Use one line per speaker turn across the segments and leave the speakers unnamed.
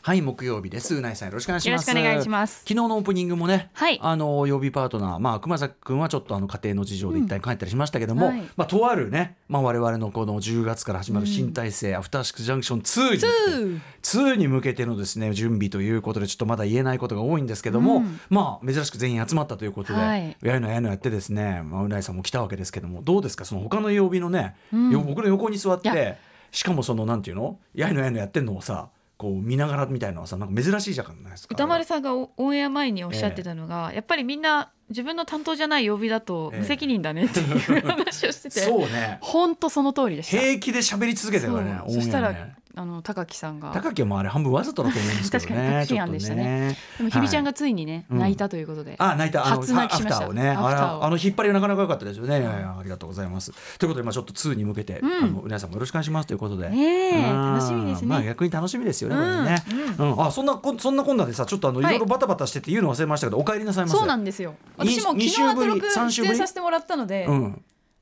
はい木曜日ですうないさんよろしくお願いします
よろしくお願いします
昨日のオープニングもね、
はい
あの曜日パートナーまあ熊崎くんはちょっとあの家庭の事情で一旦帰ったりしましたけども、
はい
まあとあるねまあ我々のこの10月から始まる新体制、アフターシックスジャンクション2に向けて
2
2に向けてのですね準備ということでちょっとまだ言えないことが多いんですけども、
うん
まあ珍しく全員集まったということで、
はい
やいのやいのやってですね、まあ、うないさんも来たわけですけどもどうですかその他の曜日のね、
うん
よ僕の横に座っ
いや
てしかもそのなんていうのやいのやいのやってんのをさこう見ながらみたいなのはさなんか珍しいじゃないですか。
歌丸さんがオオンエア前におっしゃってたのが、やっぱりみんな自分の担当じゃない曜日だと
ええ
無責任だねって いう話をしてて、
そうね
本当その通りでした。
平気で喋り続けてるからね
そう
オンエア
そしたら、
ね
あの高木さんが
高木はもうあれ半分わざとだと思うんですけど
確かに
ね
確信犯でしたね
ちょっと
でも日比ちゃん
は
がついにね、
うん
泣いたということで、
あ泣いたあの
初泣きしました
アフターをね
アフターを
あらあの引っ張りはなかなか良かったですよねいやいやありがとうございますということでまあちょっと2に向けて、
うん
あの皆さんもよろしくお願いしますということで、
ねえ
うん
楽しみですね、
まあ逆に楽しみですよね、
うん
これねうん、あそんなこんそんなこんなでさちょっとあの、、
はいい
ろいろバタバタしてて言うの忘れましたけどお帰りなさいませ
そうなんですよ
に
私も昨
二
日
週
ア
ぶ
ト
り
ロク
三週
出
ぶり
演させてもらったので、
うん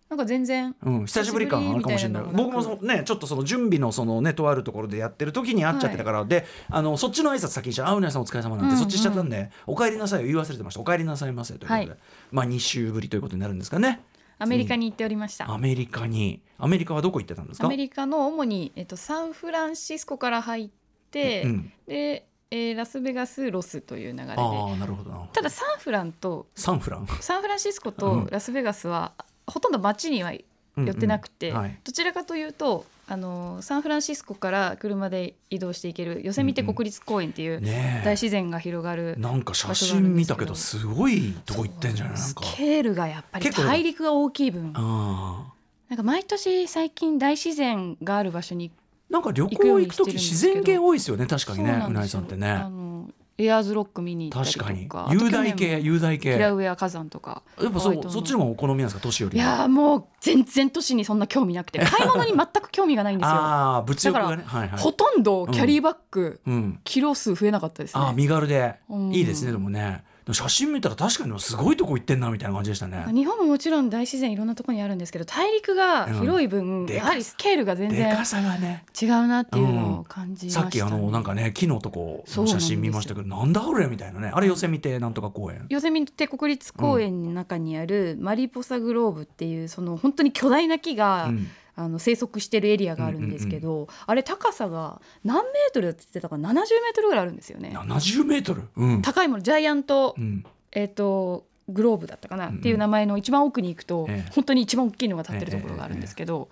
なんか全然、
うん、久しぶり感あるかもしれない
久しぶりみたいなの
僕もそのねちょっとその準備のそのねとあるところでやってる時に会っちゃってたから、であのそっちの挨拶先にしちゃうあうなやさんお疲れ様なんて、
うんうん
そっちしちゃったんでお帰りなさいを言い忘れてましたお帰りなさいませということで、
は
まあ2週ぶりということになるんですかね
アメリカに行っておりました、
アメリカにアメリカはどこ行ってたんですか
アメリカの主に、えっと、サンフランシスコから入って、
うん、
で、えーラスベガスロスという流れで
ああなるほどなるほど
ただサンフランと
サンフラン
サンフランシスコ
うん
とラスベガスは、ほとんど街には寄
寄
ってなくて、
はい
どちらかというとあのサンフランシスコから車で移動していけるヨセミテ国立公園っていう
ね
大
え
自然が広がる、
なんか写真見たけどすごいとこ行ってんじゃないなん
ス
か
ケールがやっぱり
結構
大陸が大きい分
ああ
なんか毎年最近大自然がある場所に
なんか旅行行く時
行くように
自
してるんですけど
然系多いですよね確かに
そう
ね
な
うん
で
ない
すよ
さんって
あ
ね
のエアーズロック見に行ったり
確
と
か
か
に
あと
雄大
去年
系
も
雄大系
キラ
や
ウエア火山とか
っぱ
ホワイ
そ
トの
そっちの方がお好みなんですか年よ
い
り
やーもう全然都市にそんな興味な くて買い物に全く興味がないんですよ。
ああ物欲がねはいは
ほ
い
とんどキャリーバッグ、
うん
キロ数増えなかったですね。
ああ身軽で
うん
いいですねでもねでも写真見たら確かにすごいとこ行ってんなみたいな感じでしたね
日本ももちろん大自然いろんなところにあるんですけど大陸が広い分、
んでか
やはりスケールが全
で
然
かさがね
違うなっていうのを感じました、
さっきあのなんかね木のとこの写真見ましたけどなんだこれみたいなねあれ寄せ見てなんとか公園
ヨセミテ国立公園の中にあるマリポサグローブっていうその本当に巨大な木が、
うん
あの生息してるエリアがあるんですけど、あれ高さが何メートルって言ってたかな70メートルぐらいあるんですよね。
70メートルうん
高いものジャイアント
うん
えっ、とグローブだったかな、
うんうん
っていう名前の一番奥に行くと、
ええ
本当に一番大きいのが立ってるところがあるんですけど、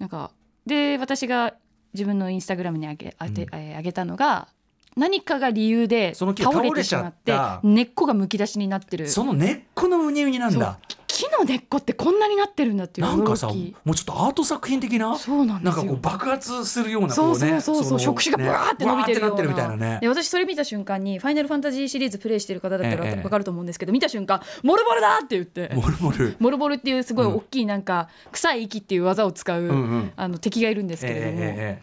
なんかで私が自分のインスタグラムにあげあ
う
て、
ん
えーあげたのが何かが理由で
その木が
倒れてし
倒
ま
れ
っ
ち
て
ゃった
根っこがむき出しになってる
その根っこのウニウニなんだ
木の根っこってこんなになってるんだっていう
なんかさ
驚
も
き
うちょっとアート作品的な
そうなんで
なん
す
かこ
よ
う。爆発するような
そ
こ
う
う
そう
ね
そうそう触手がブワーって伸びてるような,、
ねブワーってなってるみたいな
で
ね
私それ見た瞬間に「ファイナルファンタジー」シリーズプレイしてる方だった
ええ
ら分かると思うんですけど、見た瞬間「モルボルだ!」って言って
モルモル
モルボルっていうすごい大きいなんか臭い息っていう技を使う、
うんうん
あの敵がいるんです
ええ
けれども、
えええ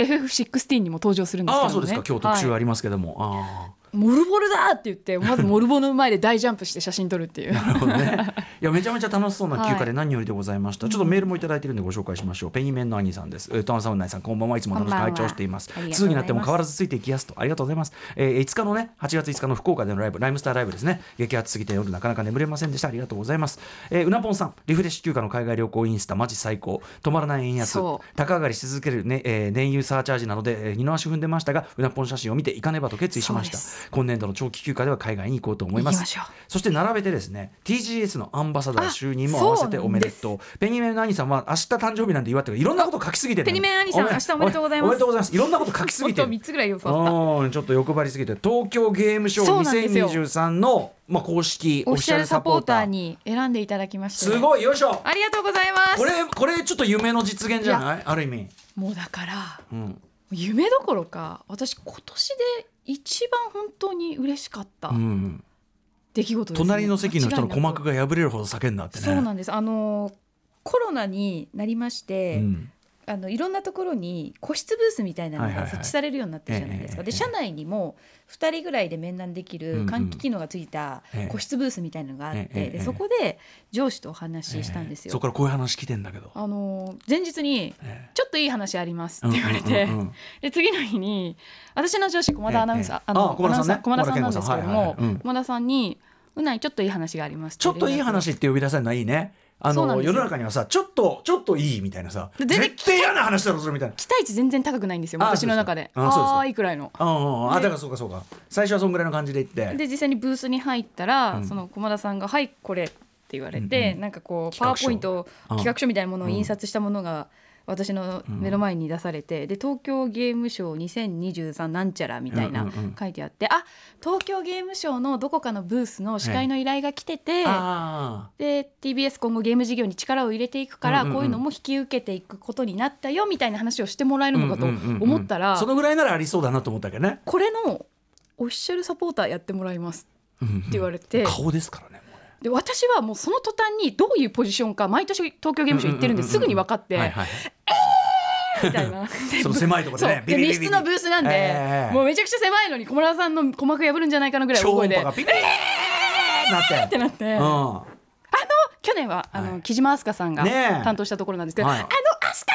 え
FF16 にも登場するんですけど
あ
も、
あ
ね、
そうですか今日特集
は
あ
い
りますけどもああ
モルボルだって言ってまずモルボルの前で大ジャンプして写真撮るっていう
なるほど ね。いやめちゃめちゃ楽しそうな休暇
は
で
い
何よりでございました。ちょっとメールもいただいてるんでご紹介しましょう。ペンギンメンの兄さんです。えー、トンさん、うないさん、こんばんはいつも楽しく
こんばん
拝聴
は
しています
ありがとう。ございます
通になっても変わらずついていきやすとありがとうございます。えー、5日のね、8月5日の福岡でのライブ、ライムスターライブですね。激アツすぎて夜なかなか眠れませんでした。ありがとうございます。えー、うなぽんさん、リフレッシュ休暇の海外旅行インスタマジ最高。止まらない円安。
そう
高上がりし続けるね、えー燃油サーチャージなどで、えー二の足踏んでましたが、うなぽん写真を見ていかねばと決意しました
そうで。
今年度の長期休暇では海外に行こうと 思い
行
ま
き
す
ま。しょう
そして並べてですね TGS のアンバサダー就任も
あ
合わせておめで
そう
とうペンギンメンの兄さんは明日誕生日なんて祝ってるいろんなこと書きすぎてる
ペンギンメンの兄さん
め
明日おめでとうございま
お
す
めでとうございますいろんなこと書きすぎ
本
て
当
る
3つぐらい要素あっ
うんちょっと欲張りすぎて東京ゲームショ
そ
ウ
うなんですよ
2023の、まあ、公式
た
オ
オ
フィ
フィ
シ
シ
ャ
ャ
ル
ル
サ
サ
ポ
ポ
ー
ー
タ
タ
ー
ーに選んでいただきまして
すごいよいしょ
ありがとうございます
これこれちょっと夢の実現じゃないある意味、
もうだから
うん
夢どころか私今年で一番本当に嬉しかった
うん、
出来事です、ね
隣の席の人の鼓膜
間違いな
が破れるほど叫んだって
く
ね
そうなんですあのコロナになりまして、
うん
あのいろんなところに個室ブースみたいなの
はいはい
が
はい
設置されるようになってるじゃないですか、
ええええ
で社内にも2人ぐらいで面談でき
うんう
る
ん
換気機能がついた
ええ
個室ブースみたいなのがあって、
ええええ
でそこで上司とお話ししたんです
ええ
よ。
そこからこういう話来てんだけど、
あの前日に
え
ちょっといい話あります
え
って言われて、
うんうんうんうん
で次の日に私の上司駒田アナウンサー、
ええ
あの
あ駒田さんね
アナウンサー駒田さんなんですけれども、
駒田健吾さんはいはいはいうん
駒田さんに「うないちょっといい話があります」
ちょっといい話って呼び出せるのはいいねあ
そうなん
の
で
世
すよ
の中にはさちょっとちょっといいみたいなさ
で全然
絶対嫌な話だろそれみたいな
期待値全然高くないんですよ
あ
私の中で
そうですかあそうですか
ああーいいくらいの
うんうんうんあ
で
だからそうかそうか最初はそんぐらいの感じで言って
で実際にブースに入ったら、
うん
その駒田さんが「はいこれ」って言われて、
うんう
なんかこうパ
企画
ワー
書
ポイント
うん
企画書みたいなものを印刷したものが私の目の前に出されて、で東京ゲームショー2023なんちゃらみたい
うんう
な
んうん
書いてあって、あ東京ゲームショーのどこかのブースの司会の依頼が来てて。
あ
で TBS 今後ゲーム事業に力を入れていくか
う
ら、
んうんうん
こういうのも引き受けていくことになったよみたいな話をしてもらえ
あ
るのかと思ったら、
そのぐらいならありそうだなと思ったけどね
これのオフィシャルサポーターやってもらいます
って
って言われて、
顔ですからねもうね
で私はもうその途端にどういうポジションか毎年東京ゲームショウ行ってるんで
うんうんうんうん
すぐに分かって、
はいはいはい
みたいな
その狭いところ
そう
でね
で密室のブースなんで、
ええ
もうめちゃくちゃ狭いのに小村さんの鼓膜破るんじゃないかなぐらい
超音
大声で
波がビビーなっ
って てなって、
うん
去年はあの、
はい
木島明日香さんが
ねえ
担当したところなんですけど、
はい
あの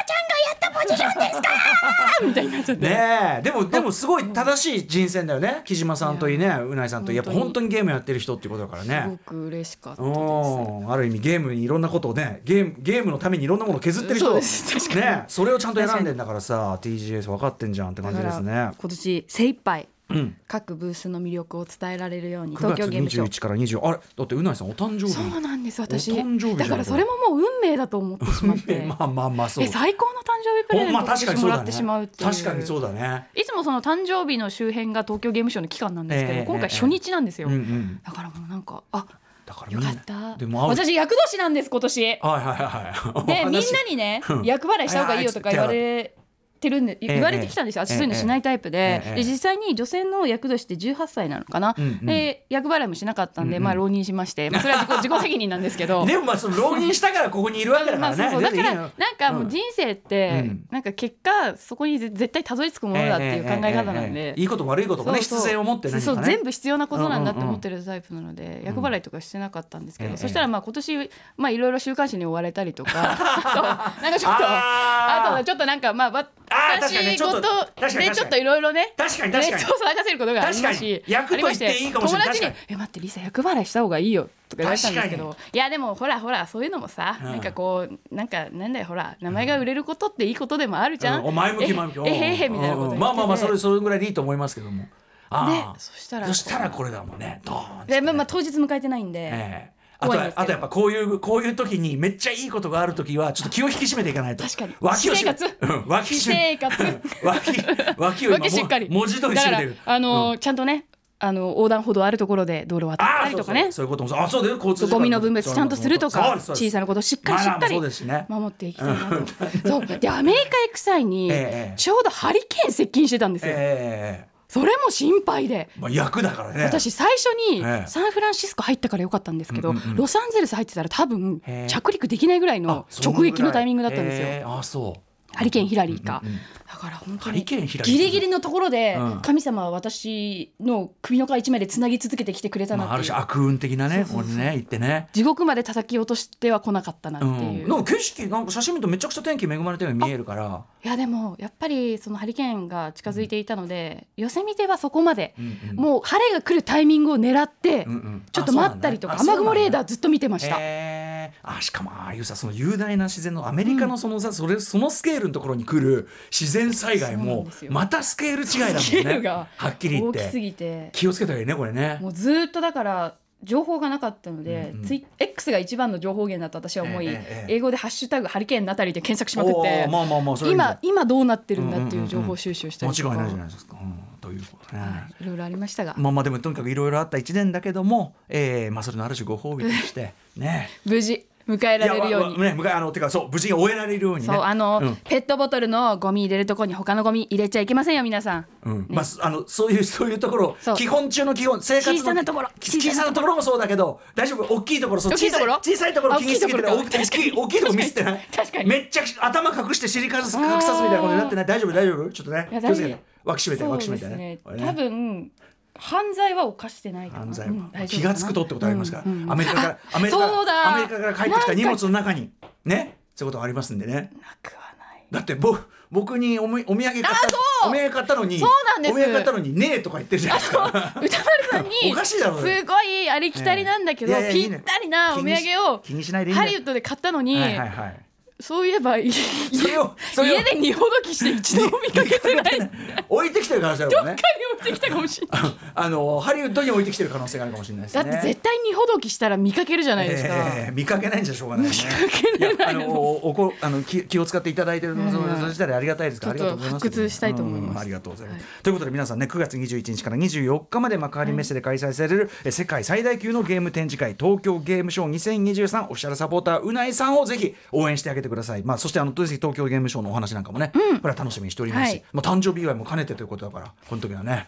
明日香ちゃんがやったポジションですかみたいになっちゃって。
ねえでもでもすごい正しい人選だよね木島さんといいねうないさんといいやっぱ本
本
当
当
にゲームやってる人っていうことだから
す
ね
ごく嬉しかったです。
うんある意味ゲームにいろんなことをねゲームゲームのためにいろんなものを削ってる
そ
人
うです確かに
ねそれをちゃんと選んでんだからさ TGS 分かってんじゃんって感じです
だ
ね
から。今年精一杯
うん
各ブースの魅力を伝えられるよう
9
に東
月
京ゲームショウ
21から20あれだってうないさんお誕生日
そうなんです私
お誕生日じゃん
だからそれももう運命だと思ってしまって
まあまあまあそう
え最高の誕生日プレゼ
おまあ
ントを
確かに
私
そ
も
う
ら
だ
って
ね
しまうっていう
確かにそうだね
いつもその誕生日の周辺が東京ゲームショウの期間なんですけど、
ええ
今回初日なんですよ、
うんうん
だからもうなんかあ
だからみ
よ
んな
かった
でも会う
私役年なんです今年で
はいはいはいはい
みん
お
な
話
にね
うん
役払いした方がいいよとか言われてるんで
ええ
言われてきたんですよ、私そういうのしないタイプで,、
ええええ
で実際に女性の役年って18歳なのかな、
うんうん
で役払いもしなかったんで、
うんうん
まあ浪人しまして、まあ、それは自己 自己責任なんですけど
でもまあその浪人したからここにいるわけだか
ま
ら
あ
ね
そうそうだからなんかも
うん
う人生って、
うん
なんか結果そこにぜ絶対たどり着くものだっていう考え方なんで、
いいことも悪いこともね
そうそう
必然を持って何かね
そう全部必要なことなんだって思ってるタイプなので、役払いとかしてなかったんですけど、
ええ
そしたらまあ今年まあいろいろ週刊誌に追われたりとかあとなんかちょっとあ
あ
と
ー
ちょっとなんかまあわ
あー確かにね
私
ちょっと
事
確かに
でちょっといろいろね
確かに
ネ
確
ッ
かに
トを騒がせることがありますし
確かに役と言っていいかもしれない
ありまて友達に
確か
「え待ってリサ役払いした方がいいよ」とか言われたんですけ
確
どいやでもほらほらそういうのもさ、
うん
なんかこうなんかなんだよほら名前が売れることっていいことでもあるじゃん、
うんお前向き前向き
ええへへみたいなこと言ってて
うんまあまあまあそれそれぐらいでいいと思いますけどもあ
で
ー
そしたら
そしたらこれだもんねドーンって
で、まあ、まあ当日迎えてないんで、
ええあと
怖いん
は
ですけど
あとやっぱこういうこういう時にめっちゃいいことがある時はちょっと気を引き締めていかないと
確かに
脇を締め
私生
うん脇
私
締め
生活
脇脇 を今も
脇しっかり
文字通り
だ
締
か
め
ら
てる
あのーちゃんとねあのー横断歩道あるところで道路渡ったりとか
あー
ね
そうそうそういうこともそうあそうだよ交通
そう
事故
ゴミの分別ちゃんとすると
そう
か
ですそうです
小さなことをしっかりし
マナ
っ
ーも
か
そう
り
ですしね
守っていきたいなとそうでアメリカ行く際に
ええ
ちょうどハリケーン接近してたんですよ、
え
それも心配で。
えまあ役だからね
私最初に
ええ
サンフランシスコ入ったからよかったんですけど、
うんうんうん
ロサンゼルス入ってたら多分
へえ
着陸できないぐらい
あ
の
そ
直
ぐらい
撃のタイミングだったんですよ、
ええあそう
ハリケーンヒラリーか、
うんうんうん
だから本当
ハリ
に
ケーンヒラリー
ギリギリのところで
うん
神様は私の首の皮一枚でつなぎ続けてきてくれた
まあ
な
あ
っ
る
てい
種
う、
悪運的なねこれね言ってね
地獄まで叩き落としては来なかったなって
う
い
ん
う、
ないんか景色なんか写真見るとめちゃくちゃ天気恵まれたように見えるから
やでもやっぱりそのハリケーンが近づいていたので、寄せ見てはそこまで、もう晴れが来るタイミングを狙って、ちょっと待ったりとか、雨雲レーダー
つ
ずっと見てました、
えー、あしかもああいうさその雄大な自然のアメリカのそのさ、それそのスケールのところに来る自然災害
そうなん
も
ですよ
またスケール違いだもんね
スケールが
はっきり言っ
大きす
て
ぎて
気をつけた方がいいねこれね
もうずーっとだから情報がなかったので、
うんうん
ツイ X が一番の情報源だと私は思い、
ええええ
英語で「ハッシュタグハリケーンのあたり」で検索しまくっ
お
て
ー、まあまあまあそれはいいん
今
だ
今どうなってるんだっ
うん
て
うんうん
い
うん
う情報収集したりとか、
間違いないじゃないですか、うん、ということね、
はい、いろいろありましたが、
まあまあで もとにかくいろいろあった一年だけども、えーまあそれのある種ご褒美としてね
無事迎えられるよう
い
に
や。わわね、迎えあのてかそう無事に終えられるようにね。
そうあの、
うん
ペットボトルのゴミ入れるとこに他のゴミ入れちゃいけませんよ皆さん。
うん
ね
まあ、あのそういうそういうところ
そう
基本中の基本生活の
小さなところ
き小さなところもそうだけど大丈夫大きいところそう
大きいところ
小さい小さいところ気にしすぎてない
あ
大
大
きい大きい大きいところ見せてない
確かに
めっちゃ頭隠して尻隠す隠さすみたいなことになってない大丈夫大丈夫ちょっとね
いや
気をつけて
大丈
脇締めて
そう
脇締
で
めて
すね
これ
多分犯罪は犯してないかな
犯罪
う
は、
ん大丈夫
気
かな
がつくとってことありますから、
うんうん
アメリカからアメリカ
そうだ
アメリカから帰ってきた荷物の中にねそういうことありますんでね
なくはない
だって僕僕におみお土産買った
そう
お土産買ったのに
そうなんです
お土産買ったのにねえとか言ってるじゃないですか
歌丸さんに
おかしいだろうよ
すごいありきたりなんだけど、
ええいやいやいい
ぴ
ね
ったりなお土産
気
を
にし気にしないでいいん
ハ
だ
リウッドで買ったのに、
はいはいはい
そういえばい
それをそれを
家で二ほどきして一度も見かけてないどっかに
置いてきてる可能性あるもんね
落ちてきたかもしれない。
あのハリウッドに置いてきてる可能性があるかもしれないです
だ
ね
って絶対二ほどきしたら見かけるじゃないですか。
ええ見かけないんじゃしょうがないね
見かけない
やあのおおこあの気気を使っていただいてるのそれ自体ありがたいですからあり
ち
が
ょ
と
っ
う
と
ございます
発掘したいと思いま
う
す
んありがとうございます、ということで皆さんね9月21日から24日まで幕張メッセで開催される、え世界最大級のゲーム展示会東京ゲームショー2023オフィシャルサポーターうないさんをぜひ応援してあげてくださいまあそしてあのぜひ東京ゲームショーのお話なんかもね、これは楽しみにしておりますし、
はい
まあ誕生日祝いも兼ねてということだからこの時はね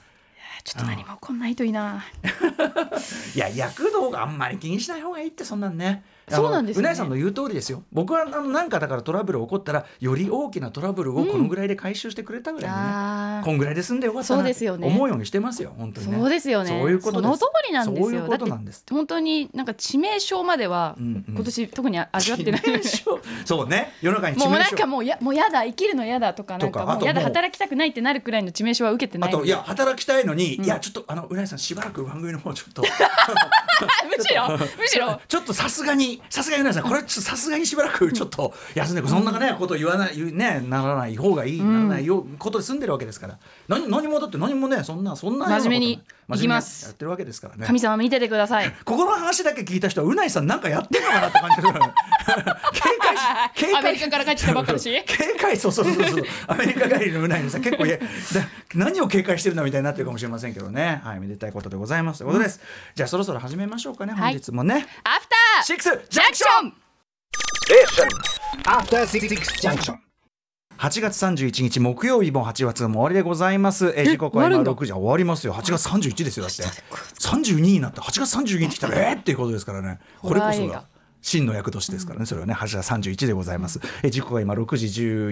ちょっと何も起こんないといいな。
いや役の方があんまり気にしない方がいいってそんなんね
そうなんです
ね
ね
うないさんの言う通りですよ僕はあのなんかだからトラブル起こったらより大きなトラブルをこのぐらいで回収してくれたぐらいのね、
あー
こんぐらいで済んでよかったな
そうですよね
思うようにしてますよ本当にね
そうですよね。
そういうこと
その通りなんですよ。
そういうことなんです
だって本当になんか致命傷までは
んうん
今年特に味わってない。
致命傷 そうね世の中に
も
致
う
命
なん
傷
かもうやもうやだ生きるのやだとかなん
と
か
かあと
もうやだ
もう
働きたくないってなるくらいの致命傷は受けてな
あ
い。
といや働きたいのに、いやちょっとあのうないさんしばらく番組の方ちょっと
あむしろむしろ
ちょっとさすがにさすがにうないさんこれちょっとさすがにしばらくちょっと休んでそんなねこと言わない言うねならない方がいい、ならないようことで済んでるわけですから何何もだって何もねそんなそんなようなこと
真面目に
真面目
いきます
やってるわけですからね
神様見ててください。
ここの話だけ聞いた人はうないさんなんかやってんのかなって感じがする 警戒し警戒
アメリカから帰ってきたばっかだし
警戒 そうそうそうそうアメリカ帰りのうないのさ結構いやだ何を警戒してるんだみたいになってるかもしれませんけどねはいめでたいことでございますということです、じゃあそろそろ始めましょうかね
はい
本日もね、
アフタ
シ
ー
ックスジ
ジ
ャ
ャ
ンク
ンク
シ
シ
ョ
ョ
ン
ン
After Six Junction.
8月31日木曜日も8月も終わりでございます。え時刻は今
終わるんだ
6時終わりますよ。8月31日ですよだって。32になって8月32日来たらえーっていうことですからね。これこそ
ホラー映
が
画。
真の役年ですからね、それはね、8月31でございます。え時刻は今6時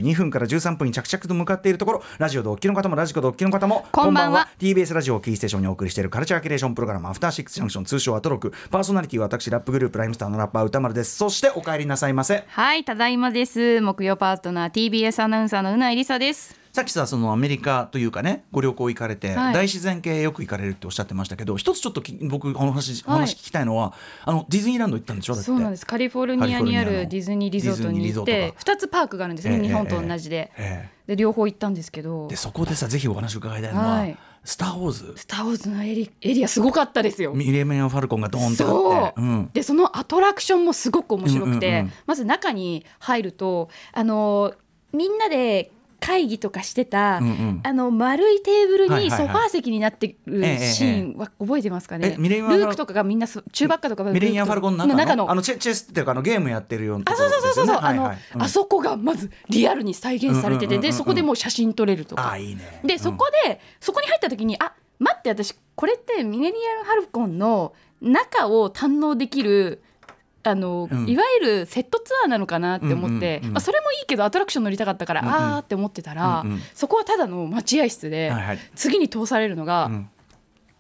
12分から13分に着々と向かっているところ、ラジオでお聞きの方も、ラジコでお聞きの方も、
こんばんは
TBS ラジオをキーステーションにお送りしているカルチャーキュレーションプログラム、アフターシックスジャンクション、通称アトロク、パーソナリティは私、ラップグループ、ライムスターのラッパー歌丸です。そして、お帰りなさいませ。
はいただいまです木曜パートナー TBS アナウンサーのうないりさです。
さっきさそのアメリカというかねご旅行行かれて、
はい
大自然系よく行かれるっておっしゃってましたけど一つちょっとき僕この話,、
はい
話聞きたいのはあのディズニーランド行ったんでしょだって
そうなんですカリフォルニアにあるディズニーリゾート
ディ
に行っ
ズニーリゾー
て
ト
2つパークがあるんですね、
ええ
日本と同じで,、
ええ
で両方行ったんですけど
でそこでさぜひお話伺いたいのは「
はい
スター・ウォーズ
「スター・ウォーズ」のエリエリアすごかったです」よ。
ミレーメン・ファルコンがドーンってあ
そ
って
う、
ん
でそのアトラクションもすごく面白くて、
うんうんうん
まず中に入るとあのみんなで会議とかしてた、
うんうん
あの丸いテーブル
はいはい
に
はい
ソファー席になってる
ええ
シーンは覚えてますかね、
えミレニアムファル
ルークとかがみんなそ中ばっかとか
ミレニアム・ファルコンの中の
中
あのチェチェスっていうかあのゲームやってるようなと
あ
こ
そ
ろ
うそうそうそうそ
ですよ
う、
ね
あの、
はいはいうん
あそこがまずリアルに再現されて
うんうんうんうんう
て
ん
でそこでもう写真撮れると
あ
か
あいいね
でそこで、そこに入った時にあ待って私これってミネリアルハルコンの中を堪能できるあの、
うん
いわゆるセットツアーなのかなって思っ
う
て、
んうんうん
まあ、それもいいけどアトラクション乗りたかったから、
うんうん
あーって思ってたら、
うんうん
そこはただの待合室で、
はいはい
次に通されるのが、
うん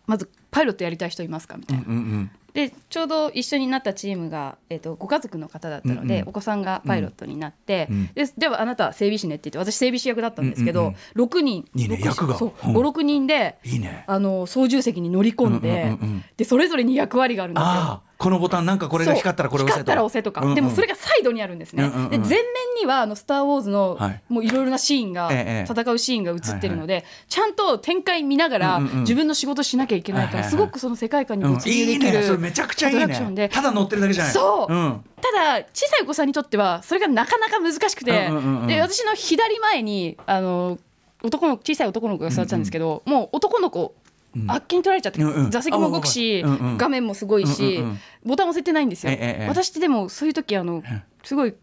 まずパイロットやりたい人いますかみたいな。
うんうん
でちょうど一緒になったチームが、えー、とご家族の方だったので、
うんうん
お子さんがパイロットになって、
うん
でではあなたは整備士ねって言って私整備士役だったんですけど、
うんうん
6人
いいね
六
役が
そう
うん
56人で
いいね
あの操縦席に乗り込んで,、
うんうんうんうん
でそれぞれに役割があるんですよ。
ああこのボタンなんかこれが光ったらこれ押せ
光ったら押せとか、でもそれ
が
がサイドにあるんですね、
うんうんうん
で前面にはあの「スター・ウォーズの」
はい
もういろいろなシーンが、
ええ
戦うシーンが映ってるので、ちゃんと展開見ながら、
うんうんうん
自分の仕事しなきゃいけないから、
はいはいはい
すごくその世界観に
うん
没入
い
で
い
きる、
ねそれめちゃくちゃいい
アトラクショ
ね
ンで
ただ乗ってるだけじゃない
そう
うん
ただ小さいお子さんにとってはそれがなかなか難しくて、
うんうんうん
で私の左前にあの男の小さい男の子が座ってたんですけど、もう男の子
うん
あっけに取られちゃって、
うんうん
座席も動くし、
あわかるうんうん
画面もすごいし、
うんうんうん
ボタン押せてないんですよ、
ええええ
私ってでもそういう時あの
え
すごい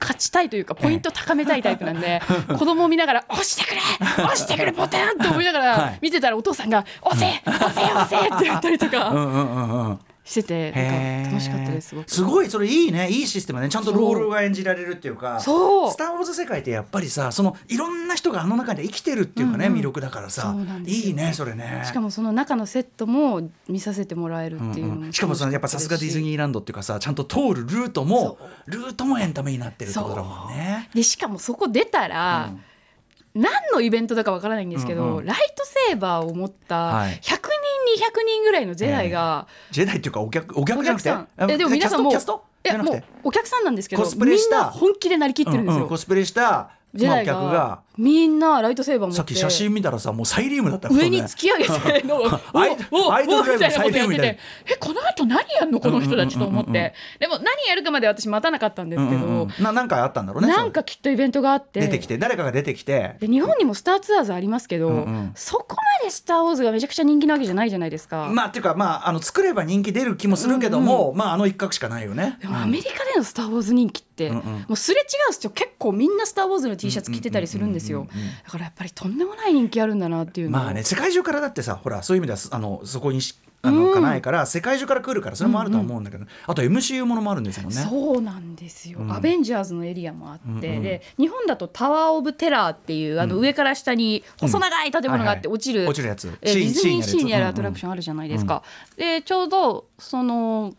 勝ちたいというかポイント高めたいタイプなん で、子供を見ながら「押してくれ押してくれボタン!」って思いなが
は
ら
い
見てたらお父さんが「押せ押せ押せ!」って言ったりと
う
か
んうんうんうん
しててなんか楽しかったですす
へ
ご
ー
く。
すごいそれいいねいいシステムねちゃんと
そう
ロールが演じられるっていうか
そう
スター・ウォーズ」世界ってやっぱりさそのいろんな人があの中で生きてるっていうかね、
うんうん
魅力だからさ
そうなんですよ
いいねそれね
しかもその中のセットも見させてもらえるっていうの
うんうん
も
しかもそのやっぱさすがディズニーランドっていうかさちゃんと通るルートもルートもエンタメになってるってことだもんね。
でしかもそこ出たら、
うん
何のイベントだかわからないんですけど、
うんうん
ライトセーバーを持った
は
100
い
人200人ぐらいのジェダイが、
ジェダイっていうかお客お客
お
じゃな
客
くて
さんえでも皆さんもう
キャスト
い
キャス
や
トじゃな
も
く
う
て
お客さんなんですけど
コスプレ
み
し
ん
た
な本気でなりきってるんです
う
よ、
んうんコスプレした、
ジェ
まあ、
ダ
お
イ
客が
がみんなライトセーバー持って
さっき写真見たらさもうサイリウムだったから
上に突き上 げてのお
アイドル
おお
アイドルライブ
みたいなことやっ
サイリウム
て
みたい
てえこの後何やんのこの人たちと思って、
うんうんうんうん
でも何やるかまで私待たなかったんですけど、
うんうんうんななんかあったんだろうね
なんかきっとイベントがあって
出てきて誰かが出てきて
で日本にもスターツアーズありますけど、
うんうん
そこまで「スター・ウォーズ」がめちゃくちゃ人気なわけじゃないじゃないですか。
まあっていうかまああの作れば人気出る気もするけども、まああの一角しかないよね。
でもアメリカでの「スター・ウォーズ」人気って、
うんうん
もうすれ違う人結構みんな「スター・ウォーズ」の T シャツ着てたりするんですよ
うんうんうんうんうん
だからやっぱりとんでもない人気あるんだなっていうのを
まあね世界中からだってさほらそういう意味ではすあのそこにしあの、かないから世界中から来るからそれもあるとは思うんだけど、あと MCU ものもあるんですもんね。
そうなんですよ、
うん
アベンジャーズのエリアもあって、
うんうん
で日本だとタワー・オブ・テラーっていうあの
うん
上から下に細長い建物があっ
はいはい
て落ちる、
落ちるやつ
えーディズニーシーにあるアトラクシ
ョン
ョンあるじゃないですか。でちょうどその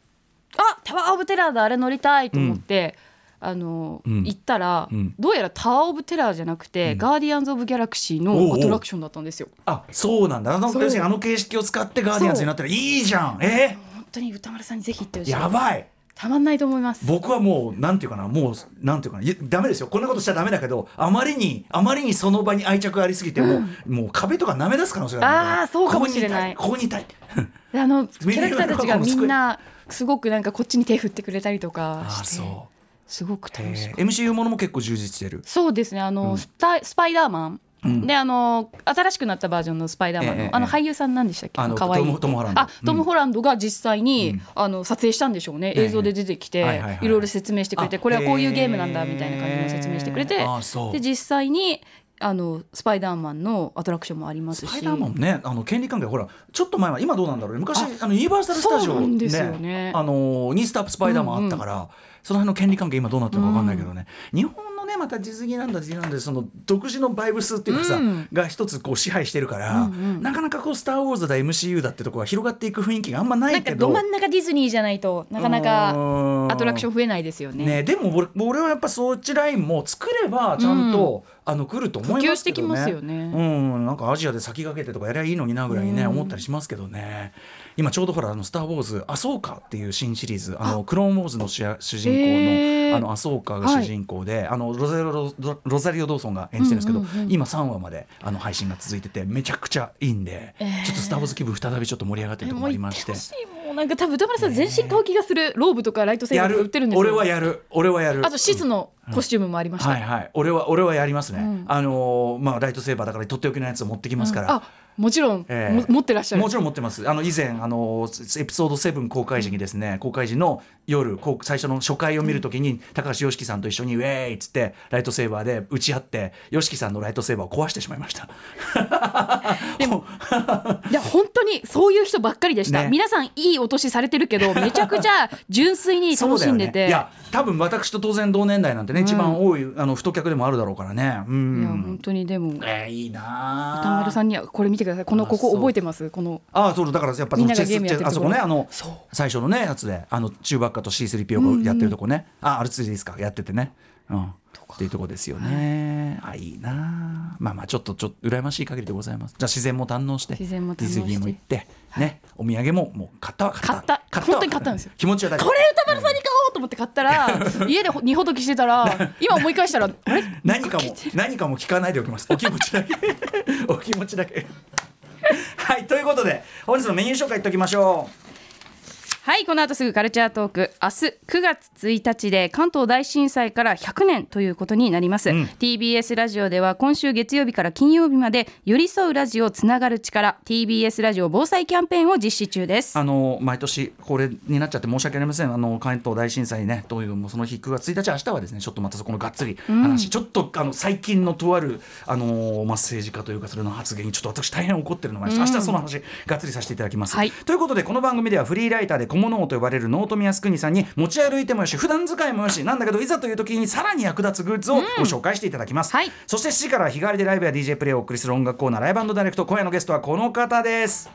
あタワー・オブ・テラーだあれ乗りたいと思って、あの
うん
行ったら、
うん
どうやらタワー・オブ・テラーじゃなくて、
うん
ガーディアンズ・オブ・ギャラクシー
おうお
の
う
アトラクションだったんですよ。
あそうなんだあの
そう
要するにあの形式を使ってガーディアンズになったらいいじゃんえ
本当に歌丸さんにぜひ行ってほし
ー、
い
やばい
たまんないと思います。
僕はもうなんていうかなもうなんていうかないやダメですよこんなことしちゃダメだけどあまりにあまりにその場に愛着がありすぎてもう,、もう壁とか舐め出す可能性がある
あーそうかもしれない
ここにいたいここにいたい
であのキ
みんな
ャラクターたちがみ
な
んなすごくなんかこっちに手振ってくれたりとか
あー
して
そ
すごく
う
楽しかった。
えー MCU ものも結構充実してる
そうですねあの、スパイスパイダーマン、
ん
であの新しくなったバージョンのスパイダーマンの、
ええ
あの俳優さんなんでしたっけ
あの
可愛い
トムトムホランド
あトム・ホランドが実際に、
うん
あの撮影したんでしょうね
ええ
映像で出てきて、
はい
い
はいはい
ろいろ説明してくれて
あ
これはこういう
へえ
ゲームなんだみたいな感じの説明してくれて、
あそう
で実際にあのスパイダーマンのアトラクションもありま
ス
すし
パイダーマンね、あの権利関係、ほら、ちょっと前は、今どうなんだろうね、昔、あのユニバーサル・スタジ
そう
オ、
なんですよね
あのニースター・スパイダーマンあったから、その辺の権利関係、今どうなってるのか分かんないけどね、日本のね、またディズニーランド、ディズニーランドで、その独自のバイブスっていうかさ、
うん
が一つこう支配してるから、
うんうん
なかなかこう、スター・ウォーズだ、MCU だってとこが広がっていく雰囲気があんまな
なん
い
か
け
ど
ど、
真ん中ディズニーじゃないとなかなかアトラクショ
ン
ン増えないですよね。
ね、でも俺俺はやっぱそっちラインも作ればちゃんと、あの来ると思いますけどね
普及してきますよね
うん、なんかアジアで先駆けてとかやりゃいいのになぐらいにね、
うん
思ったりしますけどね今ちょうどほら「あのスター・ウォーズ」「アソーカ」っていう新シリーズ「あのクローン・ウォーズ」の主や主人公の,、
へー
あのアソーカが主人公で、あのロザリオロロロザリオ・ドーソンが演じてるんですけど、
うんうんうん
今3話まであの配信が続いててめちゃくちゃいいんで、
えー
ちょっと「スター・ウォーズ」気分再びちょっと盛り上がってる
え
ところ
も
も
う
あ
行
りまし
って
て
ほ。しいもうなんか多分歌丸さん全身買う気がするローブとかライトセー
や
バーとか売
る
ってるんですよ
俺はやる俺はやる
あとシズのコスチュームもありました、
はいはい、俺は俺はやりますね、
うん
あのーまあ、ライトセーバーだからとっておきのやつを持ってきますから、
あもちろん、
ええ
も持ってらっしゃる
もちろん持ってますあの以前、あのーエピソード7公開時にですね公開時の夜こう最初の初回を見るときに、高橋良樹さんと一緒にウェーイっつってライトセーバーで打ち合って良樹さんのライトセーバーを壊してしまいました
でもいや本当にそういう人ばっかりでした、
ね
皆さんいいお年されて るけどめちゃくちゃ純粋に楽しんでて、
ね、いや多分私と当然同年代なんてね、一番多いあの太客でもあるだろうからねう
いや本
ん
当にでも
えー、いいなあ
歌丸さんにはこれ見てくださいこの
あ
ここ
そう
覚えてますこの
ああそうだからやっぱそ
みん
の
な
チ
が
ェス
ゲームやってる
あそこねあの
そう
最初のねやつであの中ばっかと C3PO がやってるとこね、あ R2 ですかやっててねうんっていうとこですよね、あいいなあまあまあちょっとちょっと羨ましい限りでございますじゃあ自然も堪能して
自然も堪能して
ディズニーも行って、ねお土産ももう買ったわ買った
買った
わ
本当に買ったんですよ
気持ちは大
これ歌丸さんに買おうと思って買った ら家でほ荷ほどきしてたら今思い返したらあれ
何かも何かも聞かないでおきますお気持ちだ けお気持ちだけはいということで本日のメニュー紹介いっときましょう
はいこの後すぐカルチャートーク明日9月1日で関東大震災から100年ということになります、
うん
TBS ラジオでは今週月曜日から金曜日まで寄り添うラジオつながる力 TBS ラジオ防災キャンペーンを実施中です
あの毎年これになっちゃって申し訳ありませんあの関東大震災ねどういうもうその日9月1日明日はですねちょっとまたそこのがっつり話、ちょっとあの最近のとあるあの、まあ、政治家というかそれの発言にちょっと私大変怒ってるのがありまして明日はその話がっつりさせていただきます、
はい
ということでこの番組ではフリーライターで小物王と呼ばれる納富靖国さんに持ち歩いてもよし普段使いもよしなんだけどいざという時にさらに役立つグッズをご紹介していただきます、
はい
そして7時からは日替わりでライブや DJ プレイをお送りする音楽コーナーライブダイレクト今夜のゲストはこの方です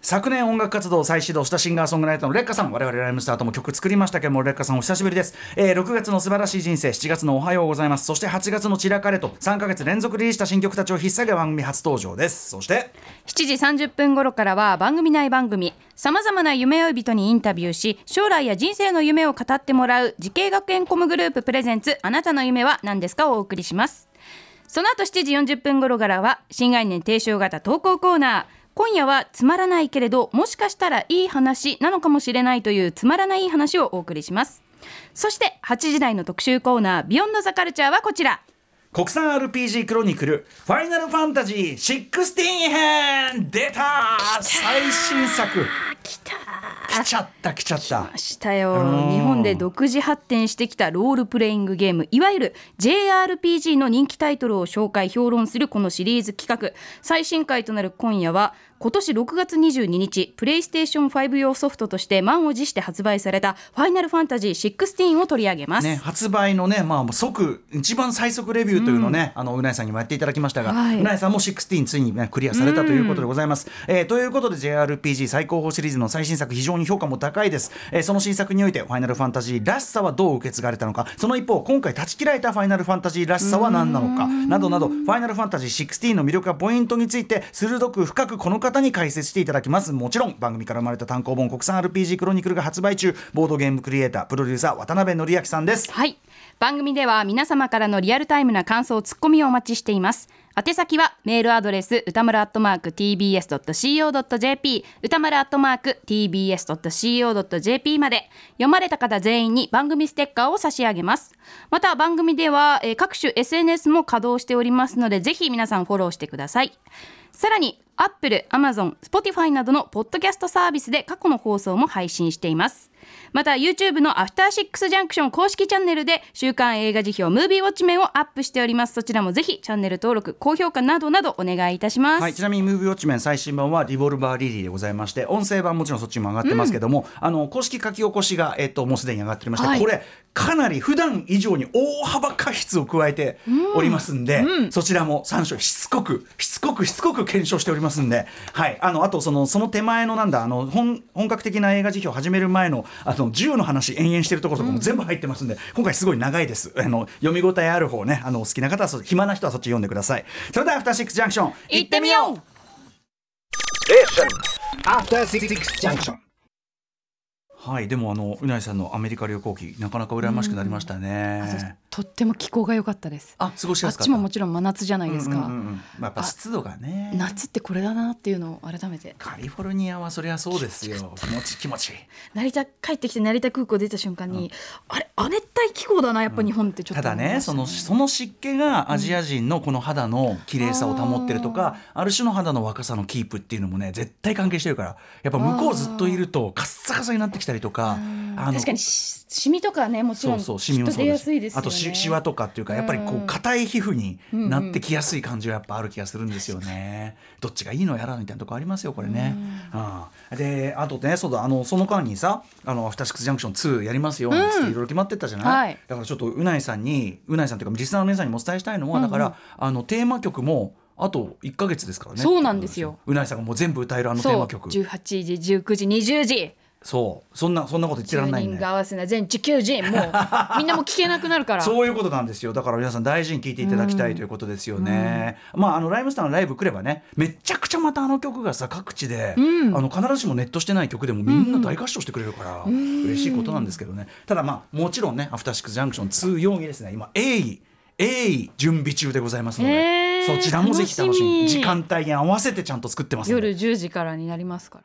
昨年音楽活動を再始動したシンガーソングライターのレッカさん我々ライムスターとも曲作りましたけどもレッカさんお久しぶりです、えー6月の素晴らしい人生7月のおはようございますそして8月の散らかれと3ヶ月連続リリースした新曲たちを引っ提げ番組初登場ですそして
7時30分頃からは番組内番組さまざまな夢追い人にインタビューし将来や人生の夢を語ってもらう慈恵学園コムグループプレゼンツあなたの夢は何ですかをお送りしますその後7時40分頃からは新概念提唱型投稿コーナー今夜はつまらないけれどもしかしたらいい話なのかもしれないというつまらない話をお送りしますそして8時台の特集コーナービヨンドザカルチャーはこちら
国産 RPG クロニクル「ファイナルファンタジー16編」出た最新作
来た
来ちゃった来ちゃった
したよ
うん
日本で独自発展してきたロールプレイングゲームいわゆる JRPG の人気タイトルを紹介評論するこのシリーズ企画最新回となる今夜は今年6月22日プレイステーション5用ソフトとして満を持して発売された「ファイナルファンタジー16」を取り上げます、
ね、発売のね、まあ、即一番最速レビューというのをね、あのうないさんにもやっていただきましたが、
はいう
ないさんも16ついに、ね、クリアされたということでございます。えーということで JRPG 最高峰シリーズの最新作非常に評価も高いです、えーその新作において「ファイナルファンタジー」らしさはどう受け継がれたのかその一方今回断ち切られた「ファイナルファンタジー」らしさは何なのかなどなど「ファイナルファンタジー16」の魅力やポイントについて鋭く深くこの方に解説していただきますもちろん番組から生まれた単行本「国産 RPG クロニクル」が発売中ボードゲームクリエイタープロデューサー渡辺則明さんです。
はい番組では皆様からのリアルタイムな感想ツッコミをお待ちしています宛先はメールアドレス歌丸アットマーク tbs.co.jp 歌丸アットマーク tbs.co.jp まで読まれた方全員に番組ステッカーを差し上げますまた番組では、えー各種 SNS も稼働しておりますのでぜひ皆さんフォローしてくださいさらに Apple、Amazon、Spotify などのポッドキャストサービスで過去の放送も配信しています。また YouTube のアフターシックスジャンクション公式チャンネルで週刊映画辞表ムービーウォッチメンをアップしております。そちらもぜひチャンネル登録、高評価などなどお願いいたします。
はい、ちなみにムービーウォッチメン最新版はリボルバーリリーでございまして音声版もちろんそっちも上がってますけども、あの公式書き起こしが、えっともうすでに上がっておりまして、
はい
これかなり普段以上に大幅過失を加えておりますんで、そちらも3章しつこくしつこくしつこく検証しておりますんで、はい、あのあとそのその手前のなんだあの本本格的な映画辞表を始める前のあの銃の話延々してるところとかも全部入ってますんで、今回すごい長いですあの読み応えある方ねあのお好きな方はそ暇な人はそっち読んでくださいそれでは「アフターシックスジャンクション」
行ってみよう
After Six Junction.
はい、でもあのうないさんのアメリカ旅行記なかなか羨ましくなりましたね。
とっても気候が良かったです。
あ、過ごしや
あっ
すかった。
ちももちろん真夏じゃない
ろ
ですか。
うんうんうんまあ、やっぱ湿度がね。
夏ってこれだなっていうのを改めて
カリフォルニアはそりゃそうですよ。気持ちいい気持ちいい。
成田帰ってきて成田空港出た瞬間に、あれ亜熱帯気候だなやっぱ日本ってちょっと
ただ
思い
ね
ました
そのその湿気がアジア人のこの肌の綺麗さを保ってるとか、ある種の肌の若さのキープっていうのもね絶対関係してるからやっぱ向こうずっといるとカッサカサになってきたりとかあの
確かにしシミとかねもち
そ
ろん
う
き
そうシミ
っ
も
と
そ
出
うで
や
す
すいですよ
あ
ね
としシワとかっていうかやっぱりこ
う
うん硬い皮膚になってきやすい感じはやっぱある気がするんですよね、どっちがいいのやらみたいなとこありますよこれね、ああであとねそうだあのその間にさ「あのアフターシックスジャンクション2」やりますよなんつっていろいろ決まってったじゃない、
はい
だからちょっとうないさんにうないさんというかリスナーの皆さんにもお伝えしたいのは、だからあのテーマ曲もあと1か月ですからね
そうなんですよ
うないさんがもう全部歌えるあのテ
そう
ーマ曲そう
18時19時20時
そんなそんなこと言ってら
10
んないん
人
で
が合わせな全19時もうみんなもう聞けなくなるから
そういうことなんですよ。だから皆さん大事に聞いていただきたいということですよね。まああのライムスターのライブ来ればね、めちゃくちゃまたあの曲がさ各地で、あの必ずしもネットしてない曲でもみんな大合唱してくれるから、嬉しいことなんですけどね。ただまあもちろんね、アフターシックスジャンクション2容疑ですね。今鋭意鋭意準備中でございますので、
へー
そちらもぜひ楽しみ
楽し
時
み
間帯に合わせてちゃんと作ってますので
夜10時からになりますから